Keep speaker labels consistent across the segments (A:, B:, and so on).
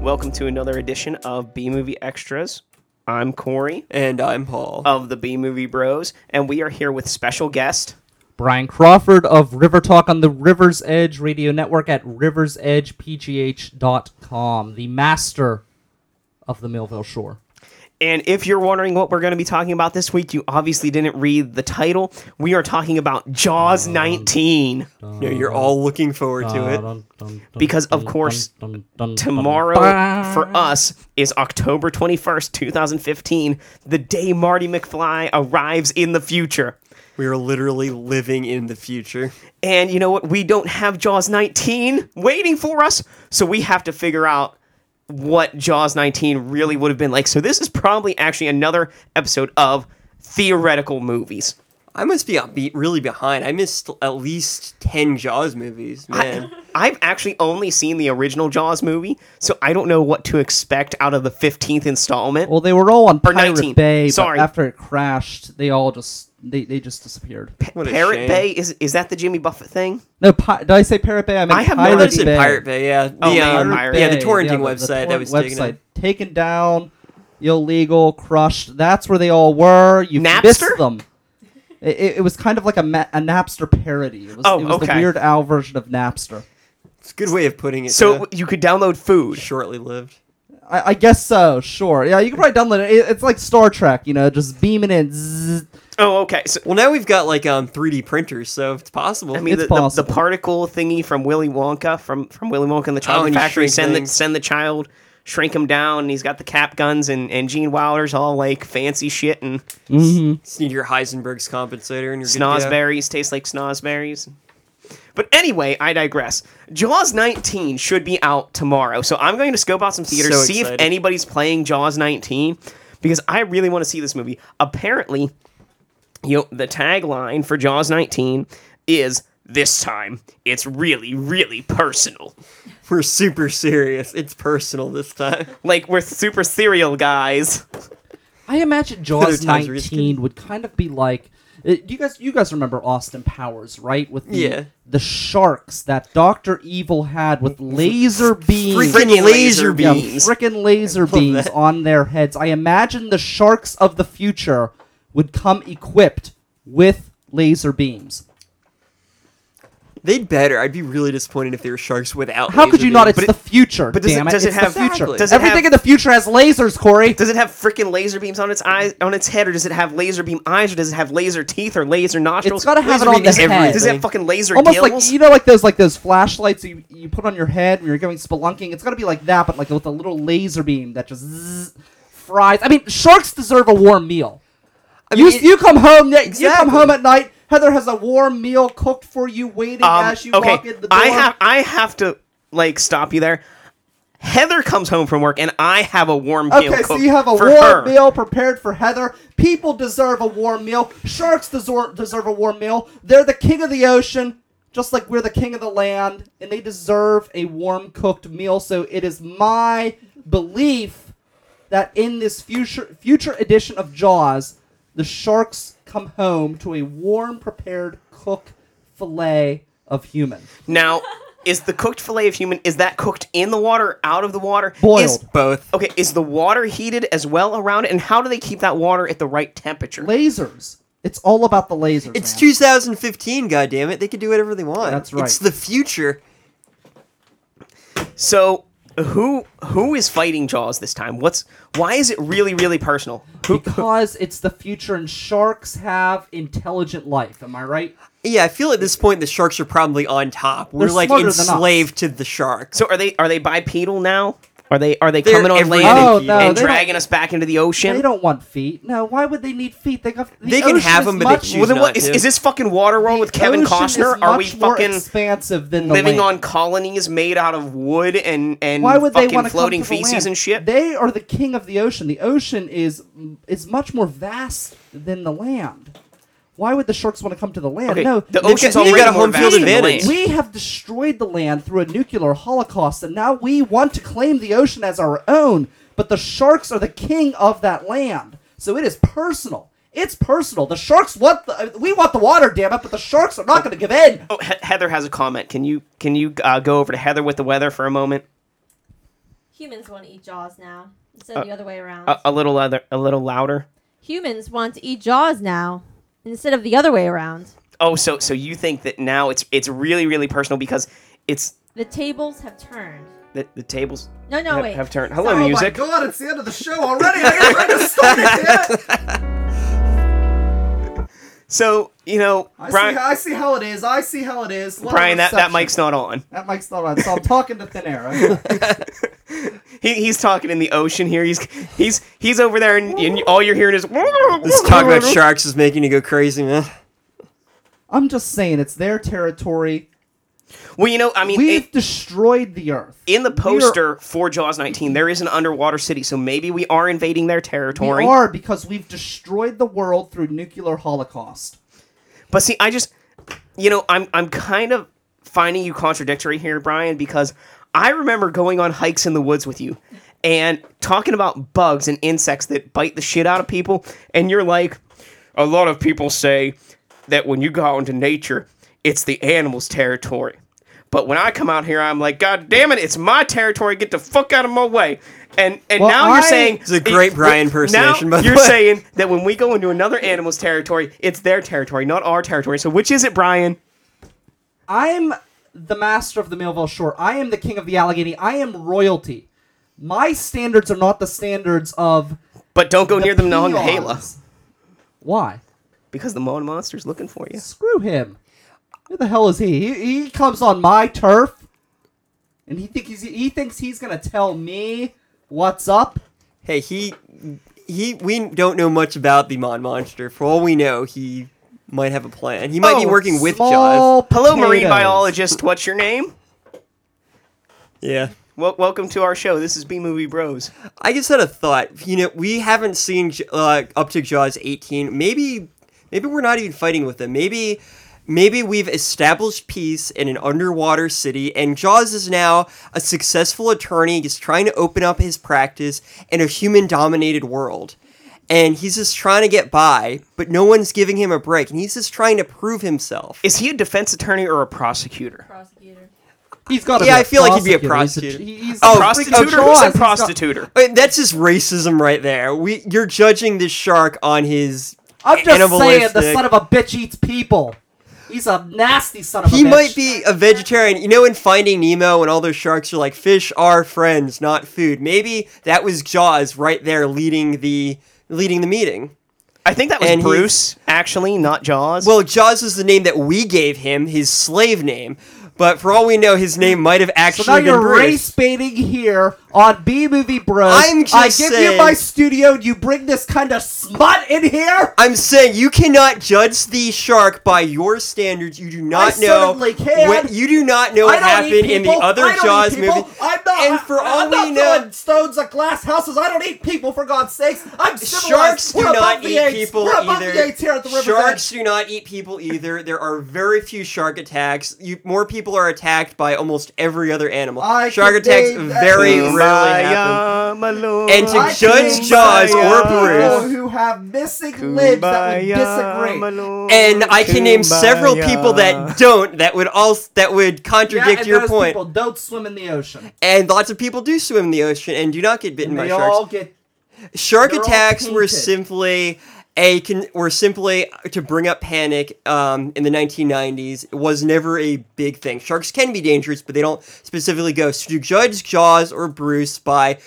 A: Welcome to another edition of B Movie Extras. I'm Corey
B: And I'm Paul.
A: of the B Movie Bros, and we are here with special guest.
C: Brian Crawford of River Talk on the River's Edge Radio Network at riversedgepgh.com, the master of the Millville Shore.
A: And if you're wondering what we're going to be talking about this week, you obviously didn't read the title. We are talking about Jaws 19
B: You know, you're all looking forward to
A: uh,
B: it.
A: because, of course, tomorrow for us is October 21st, 2015, the day Marty McFly arrives in the future.
B: We are literally living in the future.
A: And you know what? We don't have Jaws 19 waiting for us, so we have to figure out what Jaws 19 really would have been like. So this is probably actually another episode of theoretical movies.
B: I must be be really behind. I missed at least 10 Jaws movies, man.
A: I've actually only seen the original Jaws movie, so I don't know what to expect out of the 15th installment.
C: Well, they were all on
A: Or
C: Pirate
A: 19.
C: Bay, but
A: Sorry.
C: after it crashed, they all just they, they just disappeared.
B: What a
A: Parrot
B: shame.
A: Bay is is that the Jimmy Buffett thing?
C: No, pi- did I say Pirate Bay? I meant
A: I have no
B: I
C: Pirate
B: noticed in
C: Bay.
B: Pirate Bay, yeah.
A: Oh,
B: the,
A: man,
B: um,
A: Pirate
B: yeah, the
C: Bay,
B: torrenting
C: yeah, the- the
B: website that was
C: torrent
B: taken down.
C: website taken down, illegal, crushed. That's where they all were. You
A: Napster?
C: missed them. It, it- it was kind of like a, ma- a Napster parody. It was,
A: Oh,
C: it was
A: okay.
C: the Weird Al version of Napster.
B: It's a good way of putting it.
A: So
B: So
A: you could download food.
B: shortly lived.
C: I, I guess so. Sure. Yeah, you can probably download it. it. It's like Star Trek, you know, just beaming in. Zzz.
A: Oh, okay. So
B: Well, now we've got like um 3D printers, so it's possible.
A: I mean,
C: It's
A: the, the, the
C: possible.
A: particle thingy from Willy Wonka from from Willy Wonka and the Chocolate
B: Oh, and you
A: Factory.
B: shrink
A: Send the,
B: things.
A: send the child, shrink him down, and he's got the cap guns and and Gene Wilder's all like fancy shit and mm-hmm.
B: just need your Heisenberg's compensator and your
A: snozberries taste like snozberries. But anyway, I digress. Jaws 19 should be out tomorrow, so I'm going to scope out some theaters,
B: So
A: see if
B: excited.
A: anybody's playing Jaws 19, because I really want to see this movie. Apparently, you know, the tagline for Jaws 19 is this time it's really, really personal.
B: We're super serious. It's personal this time.
A: Like we're super serial guys.
C: I imagine
B: Other
C: Jaws
B: times where it's
C: 19 would kind of be like. uh, Do you guys, you guys remember Austin Powers, right? With the,
B: Yeah.
C: the sharks that Doctor Evil had with laser beams,
A: Freaking laser
C: yeah,
A: beams.
C: freaking laser beams on their heads. I imagine the sharks of the future would come equipped with laser beams.
B: They'd better. I'd be really disappointed if they were sharks without.
C: How
B: laser
C: could you not?
B: beams.
C: It's the future.
A: but does it-
C: damn it!
A: does it
C: it's
A: have-
C: the future?
B: Does
A: it have-
C: Everything in the future has lasers, Corey.
A: Does it have freaking laser beams on its eyes on its head, or does it have laser beam eyes, or does it have laser teeth or laser nostrils?
C: It's gotta have
A: Laser
C: it on
A: beam
C: the
A: is everything.
C: head.
A: Does it have fucking laser
C: Almost
A: gills?
C: like you know, like those like those flashlights you, you put on your head when you're going spelunking. It's got to be like that, but like with a little laser beam that just zzz, fries. I mean, sharks deserve a warm meal. you
B: mean, it-
C: you come home, ne- you come
B: Exactly.
C: home at night. Heather has a warm meal cooked for you, waiting
A: Um,
C: as you
A: okay,
C: walk in the door.
A: I have I have to like stop you there. Heather comes home from work, and I have a warm meal.
C: Okay, so
A: cooked
C: you have a
A: for
C: warm
A: her.
C: meal prepared for Heather. People deserve a warm meal. Sharks deserve deserve a warm meal. They're the king of the ocean, just like we're the king of the land, and they deserve a warm cooked meal. So it is my belief that in this future future edition of Jaws, the sharks come home to a warm prepared cooked fillet of human.
A: Now, is the cooked fillet of human is that cooked in the water, out of the water,
C: Boiled.
A: Is-
B: both.
A: okay, is the water heated as well around it, and how do they keep that water at the right temperature?
C: Lasers. It's all about the lasers.
B: It's
C: man.
B: 2015. God damn it! They could do whatever they want.
C: That's right.
B: It's the future.
A: So who who is fighting Jaws this time? What's why is it really really personal? Who,
C: because it's the future and sharks have intelligent life. Am I right?
B: Yeah, I feel at this point the sharks are probably on top. We're
C: They're
B: like
C: smarter than us.
B: enslaved to the sharks.
A: so are they are they bipedal now? Are they are they
B: They're
A: coming on
B: every-
A: land
C: Oh,
A: and,
C: no,
A: and
C: they don't-
A: dragging us back into the ocean?
C: They don't want feet. No, why would they need feet? They, got, the
B: They can
C: ocean
B: have
C: is
B: them, but they
C: much,
B: choose
A: well then, what
B: not
A: is,
B: to.
A: is this fucking water world with Kevin
C: ocean
A: Costner?
C: Is
A: Are
C: much
A: we
C: more
A: fucking
C: expansive than the
A: living
C: land.
A: on colonies made out of wood and and
C: Why would they
A: fucking
C: want to
A: floating
C: come to the
A: feces
C: land?
A: and shit?
C: They are the king of the ocean. The ocean is is much more vast than the land. Why would the sharks want to come to the land?
A: Okay,
C: no,
A: the
B: got-
A: ocean's
B: they've
A: already
B: got a
A: more
B: home field
A: vast than the
B: advantage.
A: land.
C: We have destroyed the land through a nuclear holocaust, and now we want to claim the ocean as our own. But the sharks are the king of that land, so it is personal. It's personal. The sharks want the we want the water, damn it! But the sharks are not going to give in.
A: Oh, he- Heather has a comment. Can you can you uh, go over to Heather with the weather for a moment?
D: Humans want to eat Jaws now instead
A: Uh,
D: of the other way around.
A: A, a little other, a little louder.
D: Humans want to eat Jaws now instead of the other way around.
A: Oh, so so you think that now it's it's really really personal because it's
D: The tables have turned.
A: the, the tables
D: No, no,
A: have,
D: wait.
A: have turned. Hello,
C: Oh
A: music.
C: my god, it's the end of the show already. I gotta try to start it, damn it.
A: So you know,
C: I,
A: Brian,
C: see, I see how it is. I see how it is. Little
A: Brian, that, that
C: reception.
A: mic's not on.
C: That mic's not on, so I'm talking to thin air.
A: He, he's talking in the ocean here. He's he's he's over there, and, and all you're hearing is this
B: This talk about sharks is making you go crazy, man.
C: I'm just saying, it's their territory.
A: Well, you know, I mean,
C: We've
A: it-
C: destroyed the earth.
A: in the poster for Jaws 19, there is an underwater city, so maybe we are invading their territory.
C: We are because we've destroyed the world through nuclear holocaust.
A: But see, I just, you know, I'm I'm kind of finding you contradictory here, Brian, because I remember going on hikes in the woods with you and talking about bugs and insects that bite the shit out of people, and you're like, a lot of people say that when you go out into nature, it's the animals' territory. But when I come out here, I'm like, God damn it, it's my territory. Get the fuck out of my way. And and
C: Well,
A: now
C: I-
A: you're saying
B: It's a great Brian impersonation,
A: now
B: by the
A: you're
B: way.
A: saying that when we go into another animal's territory, it's their territory, not our territory. So which is it, Brian?
C: I'm the master of the Millville Shore. I am the king of the Allegheny. I am royalty. My standards are not the standards of
A: But don't go near them on the
C: peons.
A: Hala
C: Why?
A: because the Mon Monster's looking for you.
C: Screw him. Who the hell is he? He, he comes on my turf, and he think he's, he thinks he's gonna tell me what's up.
B: Hey, he he we don't know much about the Mon Monster. For all we know, he might have a plan. He might be
A: Oh,
B: working with
C: Small
B: Jaws.
A: Hello, marine
C: potatoes.
A: biologist. What's your name?
B: Yeah.
A: Well, welcome to our show. This is B Movie Bros.
B: I just had a thought. You know, we haven't seen J- uh, up to Jaws 18. Maybe, maybe we're not even fighting with them. Maybe, maybe we've established peace in an underwater city, and Jaws is now a successful attorney. He's trying to open up his practice in a human-dominated world, and he's just trying to get by. But no one's giving him a break, and he's just trying to prove himself.
A: Is he a defense attorney or a prosecutor?
D: Oh, Prosecutor.
C: He's got.
B: Yeah, I feel like he'd be a
C: He's a,
B: prostitute.
C: he- he's
B: Oh,
C: a freak of
A: Prostitutor? Who
C: Jaws.
A: said
C: He's got-
A: prostitutor?
B: I mean, that's just racism right there. We you're judging this shark on his.
C: I'm just saying the
B: animalistic-
C: son of a bitch eats people. He's a nasty son of a bitch.
B: He might be a vegetarian. You know, in Finding Nemo, and all those sharks are like, "Fish are friends, not food." Maybe that was Jaws right there leading the leading the meeting.
A: I think that was
B: And he's-
A: Bruce, actually, not Jaws.
B: Well, Jaws is the name that we gave him, his slave name. But for all we know, his name might have actually
C: So now
B: been
C: you're
B: Bruce.
C: race baiting here on B Movie Bros.
B: I'm just
C: I give
B: saying-
C: you my studio and you bring this kind of smut in here?
B: I'm saying you cannot judge the shark by your standards. You do not know
C: certainly can.
B: what you do not know
C: I
B: what
C: don't eat
B: happened in the
C: people.
B: other
C: I don't eat
B: Jaws
C: people.
B: movie.
C: I'm not,
B: and for
C: I-
B: all
C: I'm
B: we
C: not
B: know,
C: throwing stones at glass houses. I don't eat people, for God's sakes. I'm civilized.
B: Sharks do
C: We're above
B: not
C: the
B: eat
C: apes.
B: people
C: We're above
B: either.
C: the apes here at the river's
B: Sharks
C: edge.
B: do not eat people either. There are very few shark attacks. You, more people are attacked by almost every other animal.
C: I
B: shark
C: could
B: attacks
C: name-
A: Mm,
B: very
C: Kumbaya,
B: rarely happen. And to
C: I
B: judge
C: think
B: Jaws
C: there
B: or
C: are
B: Bruce.
C: people who have missing limbs that would disagree.
B: And I can name several people that don't. That would all that would
C: Yeah,
B: contradict
C: and
B: your
C: those
B: point.
C: people don't swim in the ocean.
B: And lots of people do swim in the ocean and do not get bitten
C: And
B: by
C: they
B: sharks.
C: all get
B: shark
C: They're all
B: attacks were
C: painted.
B: simply a con- were simply to bring up panic um, in the 1990s it was never a big thing sharks can be dangerous but they don't specifically go so to judge jaws or bruce by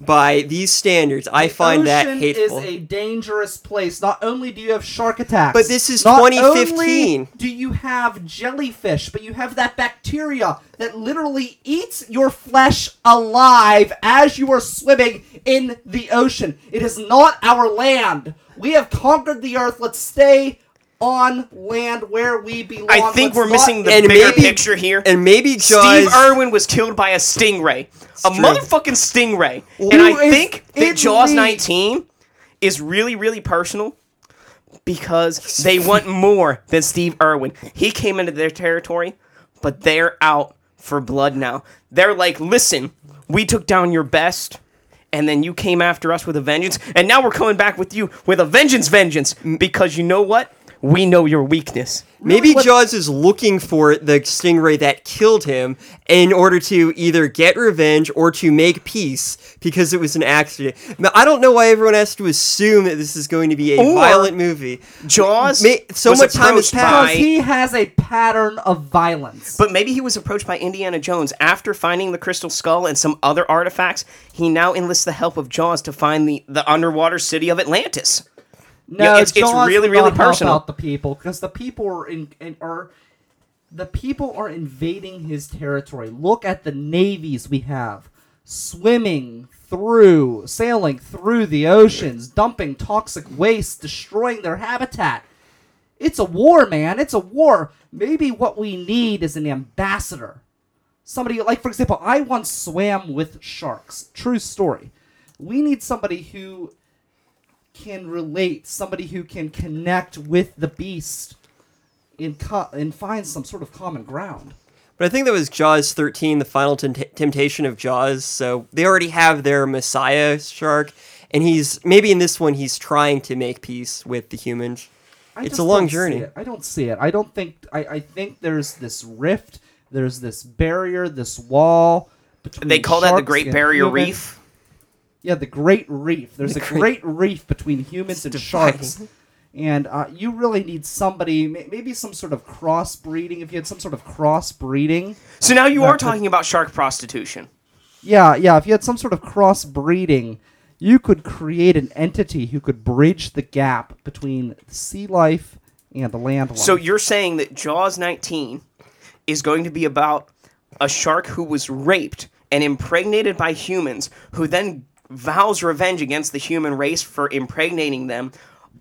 B: by these standards i find that
C: ocean
B: hateful
C: is a dangerous place. Not only do you have shark attacks,
B: But this is
C: not
B: 2015.
C: only do you have jellyfish, but you have that bacteria that literally eats your flesh alive as you are swimming in the ocean. It is not our land. We have conquered the earth. Let's stay on land where we belong.
A: I think
C: Let's
A: we're
C: not-
A: missing the
B: and
A: bigger
B: maybe-
A: picture here.
B: and maybe
A: Steve
B: jaws
A: Irwin was killed by a stingray, a
B: true.
A: motherfucking stingray. and
C: Who
A: I
C: is
A: think
C: in
A: that Jaws
C: league?
A: 19 is really, really personal because they want more than Steve Irwin. He came into their territory, but they're out for blood now. They're like, listen, we took down your best. And then you came after us with a vengeance, and now we're coming back with you with a vengeance, vengeance, because you know what? We know your weakness.
B: Maybe Jaws is looking for the stingray that killed him in order to either get revenge or to make peace because it was an accident. Now, I don't know why everyone has to assume that this is going to be a
A: Or-
B: violent movie.
A: Jaws.
B: Ma- so
A: was
B: much time has
A: approached
B: passed.
C: Because
A: by-
C: he has a pattern of violence.
A: But maybe he was approached by Indiana Jones after finding the crystal skull and some other artifacts. He now enlists the help of Jaws to find the, the underwater city of Atlantis.
C: no,
A: yeah, it's- it's
C: Jaws
A: really,
C: did
A: really
C: not help
A: personal.
C: out the people because the people are in, in are the people are invading his territory. Look at the navies we have swimming through, sailing through the oceans, dumping toxic waste, destroying their habitat. It's a war, man. It's a war. Maybe what we need is an ambassador. Somebody like for example, I once swam with sharks. True story. We need somebody who can relate, somebody who can connect with the beast and co- and find some sort of common ground.
B: But I think that was Jaws 13, the final tem- temptation of Jaws. So they already have their messiah shark, and he's maybe in this one he's trying to make peace with the humans.
C: I
B: it's
C: just
B: a long
C: don't see
B: journey.
C: it. I don't see it. I don't think I, I think there's this rift, there's this barrier, this wall between
A: They call that the
C: sharks
A: Great
C: and
A: Barrier
C: humans.
A: Reef.
C: Yeah, the Great Reef. There's a great reef between humans and sharks. And uh, you really need somebody, may- maybe some sort of crossbreeding. If you had some sort of crossbreeding,
A: So now you
C: That
A: are
C: could-
A: talking about shark prostitution.
C: yeah, yeah. If you had some sort of crossbreeding, you could create an entity who could bridge the gap between sea life and the land life.
A: So you're saying that Jaws 19 is going to be about a shark who was raped and impregnated by humans, who then vows revenge against the human race for impregnating them,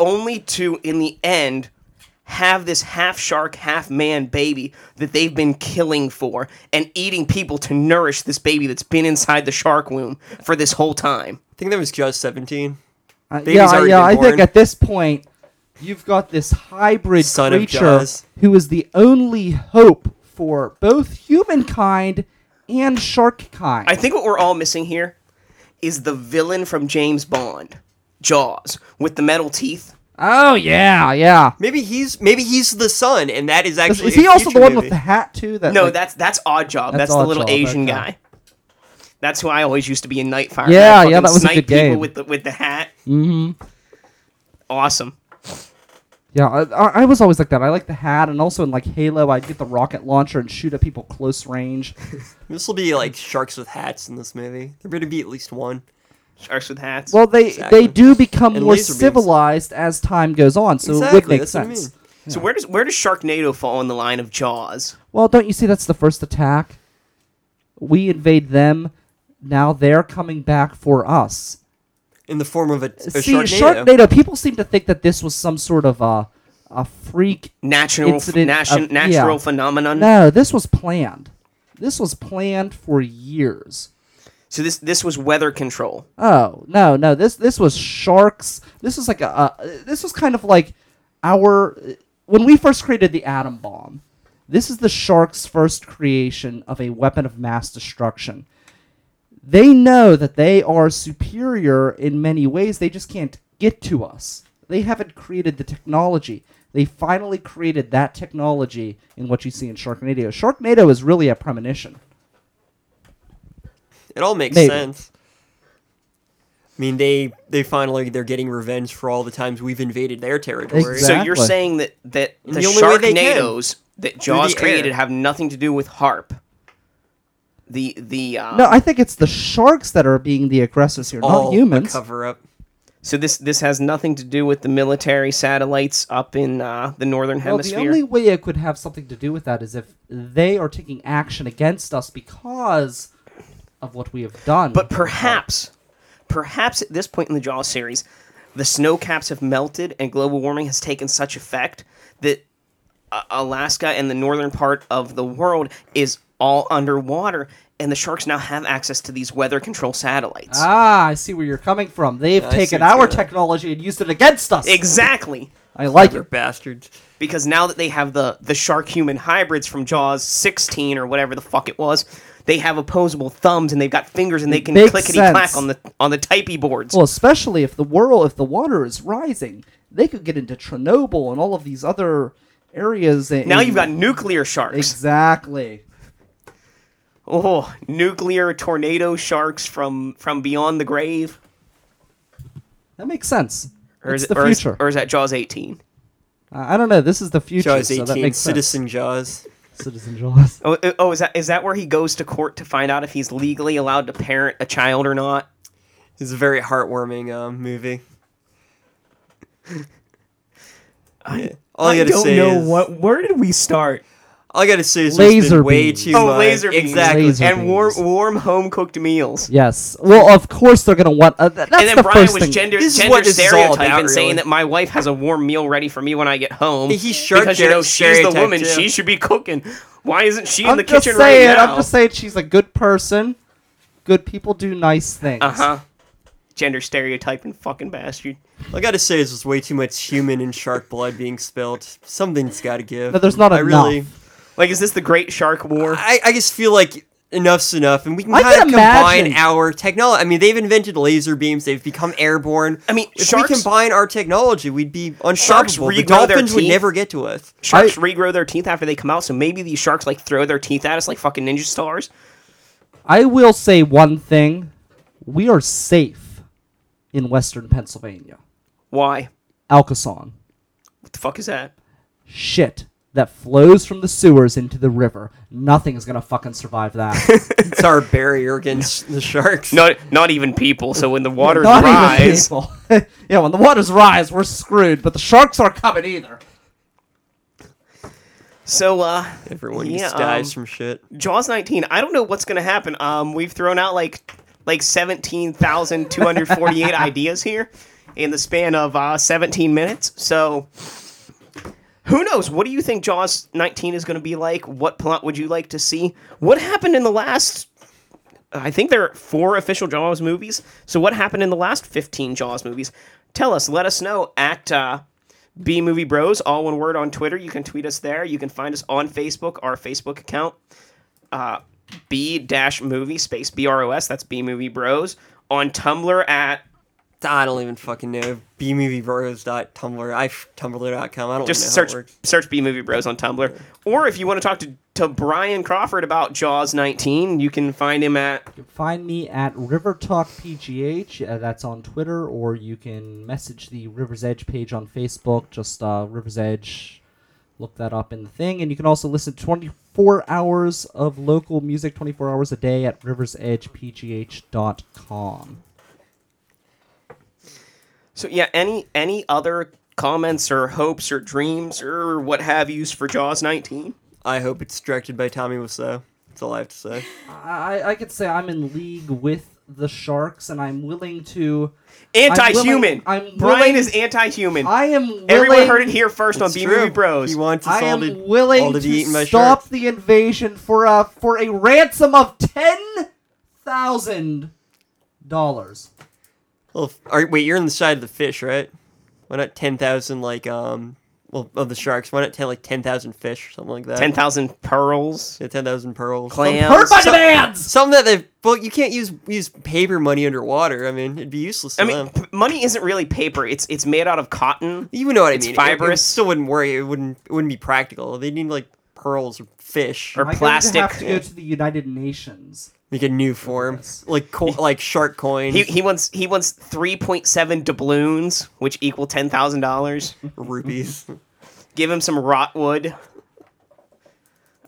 A: only to, in the end, have this half shark, half man baby that they've been killing for and eating people to nourish this baby that's been inside the shark womb for this whole time.
B: I think that was Jaws 17.
C: Uh,
B: Baby's
C: yeah,
B: already
C: yeah.
B: been
C: I
B: born.
C: think at this point, you've got this hybrid
B: Son of
C: creature
B: Jaws.
C: who is the only hope for both humankind and shark kind.
A: I think what we're all missing here is the villain from James Bond, Jaws, with the metal teeth.
C: oh yeah, yeah.
B: Maybe he's maybe he's the son, and that is
C: Is,
B: actually
C: is
B: a
C: he also
B: future
C: the one with
B: movie.
C: the hat too? That
A: No,
C: like-
A: that's that's Odd Job. That's,
C: That's
A: the little
C: Oddjob,
A: Asian
C: okay.
A: guy. That's who I always used to be in Nightfire.
C: Yeah,
A: I'd
C: yeah,
A: fucking
C: that was a
A: snipe
C: good
A: people
C: game.
A: with the with the hat. Mm-hmm. Awesome.
C: Yeah, I, I I was always like that. I like the hat, and also in like Halo, I'd get the rocket launcher and shoot at people close range.
B: This will be like sharks with hats in this movie. There better be at least one.
A: Sharks with hats.
C: Well, they
B: Exactly.
C: they do become
B: And
C: more
B: laser beams.
C: civilized as time goes on, so it would
B: Exactly,
C: make
B: that's what I
C: sense.
B: mean.
A: so where does where does Sharknado fall in the line of Jaws?
C: Well, don't you see that's the first attack? We invade them. Now they're coming back for us.
B: In the form of a, a
C: see,
B: Sharknado.
C: Sharknado. People seem to think that this was some sort of a a freak
A: Natural
C: Incident
A: nation,
C: of- yeah.
A: natural phenomenon.
C: No, this was planned. This was planned for years.
A: So this this was weather control.
C: Oh no, no. This this was sharks. This was like a. Uh, this was kind of like our when we first created the atom bomb. This is the sharks' first creation of a weapon of mass destruction. They know that they are superior in many ways. They just can't get to us. They haven't created the technology. They finally created that technology in what you see in Sharknado. Sharknado is really a premonition.
B: It all makes
C: Maybe.
B: sense. I mean, they they finally they're getting revenge for all the times we've invaded their territory.
C: Exact-
A: So you're
C: Exactly.
A: saying that that the,
B: the only way they can.
A: Sharknados that Jaws
B: the air.
A: created have nothing to do with Harp. The the uh,
C: No, I think it's the sharks that are being the aggressors here,
B: all
C: not
B: a
C: humans.
B: Oh, cover up.
A: So this this has nothing to do with the military satellites up in uh, the northern
C: Well,
A: hemisphere.
C: the only way it could have something to do with that is if they are taking action against us because of what we have done.
A: but perhaps,
C: Oh.
A: perhaps at this point in the Jaws series, the snow caps have melted and global warming has taken such effect that uh, Alaska and the northern part of the world is all underwater, and the sharks now have access to these weather control satellites.
C: ah, I see where you're coming from. They've
B: I see
C: taken
B: what's
C: our
B: going on.
C: technology and used it against us.
A: exactly.
C: I like
B: They're
C: it.
B: bastards.
A: because now that they have the the shark human hybrids from Jaws 16 or whatever the fuck it was, they have opposable thumbs and they've got fingers and they can
C: makes
A: clickety clack
C: sense.
A: on the on the typey boards.
C: Well, especially if the world, if the water is rising, they could get into Chernobyl and all of these other areas. And,
A: Now you've got
E: mm.
A: nuclear sharks.
C: exactly.
A: Oh, nuclear tornado sharks from from beyond the grave.
C: That makes sense.
A: Or is,
C: it's
A: it,
C: the
A: or, is,
C: future.
A: or is that Jaws 18?
C: I I don't know. This is the future.
B: Jaws
C: so that
B: 18,
C: makes
B: Citizen Jaws.
C: sense. Citizen Jaws.
A: Oh, uh, oh, is that is that where he goes to court to find out if he's legally allowed to parent a child or not?
B: It's a very heartwarming um, movie. Yeah. All I, gotta
E: don't
B: say
E: know
B: is,
E: what. Where did we start?
B: all I gotta say is there's
C: Laser
B: been way
C: beams.
B: too
A: Oh,
B: much.
A: laser beams.
B: Exactly.
C: Laser
A: and warm
C: beams.
A: warm home cooked meals.
C: Yes. Well, of course they're gonna want. Uh, th- that's
A: and then
C: the
A: Brian
C: first
A: was
C: thing.
A: gender
B: This is
A: gender
B: what this is all
A: stereotyping
B: about,
A: saying
B: really.
A: that my wife has a warm meal ready for me when I get home.
B: He shark
A: because you know she's the
B: stereotyped
A: woman,
B: him.
A: she should be cooking. Why isn't she in
C: I'm
A: the
C: just
A: kitchen
C: saying.
A: right now?
C: I'm just saying she's a good person. Good people do nice things.
A: Uh huh. Gender stereotyping, fucking bastard.
B: All I gotta say is there's way too much human and shark blood being spilled. Something's gotta give.
C: No, there's not
B: I really,
C: enough.
A: Like, is this the Great Shark War?
B: I, I just feel like enough's enough, and we can
C: I
B: kind of
C: can
B: combine
C: imagine.
B: our technology. I mean, they've invented laser beams; they've become airborne.
A: I mean,
B: if
A: sharks-
B: we combine our technology, we'd be
A: Sharks
B: unstoppable. The
A: regrow their
B: dolphins would
A: teeth.
B: never get to us.
A: Sharks regrow their teeth after they come out, so maybe these sharks like throw their teeth at us like fucking ninja stars.
C: I will say one thing: we are safe in Western Pennsylvania.
A: Why?
C: Alcason,
A: What the fuck is that?
C: shit that flows from the sewers into the river. Nothing is gonna fucking survive that.
B: It's our barrier against the sharks.
A: Not not even people. So when the waters
C: Not even
A: rise,
C: people. yeah, when the waters rise, we're screwed. But the sharks aren't coming either.
A: so uh,
B: Everyone
A: Yeah,
B: just dies
A: um,
B: from shit.
A: Jaws 19. I don't know what's gonna happen. Um, we've thrown out like like 17,248 ideas here in the span of uh, 17 minutes. So who knows? What do you think Jaws 19 is gonna be like? What plot would you like to see? What happened in the last? I think there are four official Jaws movies. So what happened in the last 15 Jaws movies? Tell us. Let us know at. Uh, B Movie Bros, all one word on Twitter. You can tweet us there. You can find us on Facebook, our Facebook account b dash movie space bros that's b movie bros on tumblr at
B: I don't even fucking know. bmoviebros.tumblr. I f- tumblr.com. I don't
A: just
B: know
A: search
B: how it works.
A: search b movie bros on tumblr or if you want to talk to to brian crawford about jaws 19 you can find him at
C: Find me at River Talk PGH. Uh, that's on Twitter, or you can message the River's Edge page on Facebook. Just uh, River's Edge, look that up in the thing, and you can also listen to 24 hours of local music, 24 hours a day at riversedgepgh.com.
A: so yeah any any other comments or hopes or dreams or what have yous for jaws 19
B: I hope it's directed by Tommy Wiseau. That's all I have to say.
C: I, I could say I'm in league with the Sharks, and I'm willing to.
A: anti-human
C: I'm willing- I'm
A: brian
C: willing-
A: is anti-human
C: I am willing.
A: everyone heard it here first on
B: It's
A: b
B: true.
A: movie bros
B: He wants us
C: I
B: all
C: am
B: to, all
C: willing
B: to,
C: to,
B: be eaten by
C: stop
B: sharks.
C: the invasion for a for a ransom of ten thousand dollars.
B: Well, f- all right, wait, you're on the side of the fish, right? Why not 10,000, like, um, well, of the sharks? Why not 10, like 10,000 fish or something like that?
A: 10000 pearls
B: yeah, 10,000 pearls.
A: clams
C: Hurt my
B: so-
C: demands.
B: Something that they've, well, you can't use use paper money underwater. I mean, it'd be useless to
A: I mean,
B: them.
A: p- money isn't really paper. It's it's made out of cotton.
B: You know what I
A: it's
B: mean? It- It,
A: fibrous.
B: still wouldn't work. It wouldn't, it wouldn't be practical. They need, like, pearls or fish.
A: Or-
C: I'm going to have
A: plastic.
C: to go to the United Nations.
B: Make a new form. Like, co- like shark coins.
A: He he wants he wants three point seven doubloons, which equal ten thousand dollars.
B: rupees.
A: Give him some rotwood.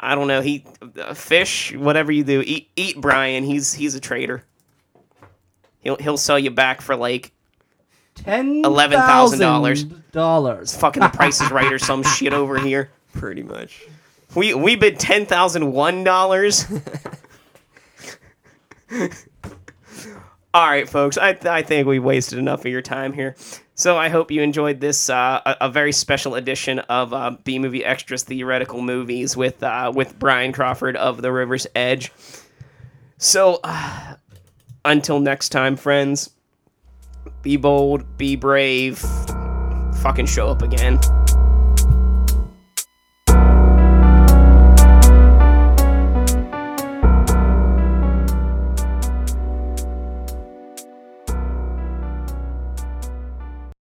A: I don't know. He uh, fish whatever you do. Eat eat Brian. He's he's a traitor. He'll he'll sell you back for like
C: Ten
A: $11,000.
C: dollars.
A: fucking the Price is Right or some shit over here.
B: Pretty much.
A: We we bid ten thousand one dollars. All right, folks. I I think we wasted enough of your time here. So I hope you enjoyed this uh, a, a very special edition of uh, B Movie Extras Theoretical Movies with uh, with Brian Crawford of The River's Edge. So uh, until next time, friends. Be bold, be brave. Fucking show up again.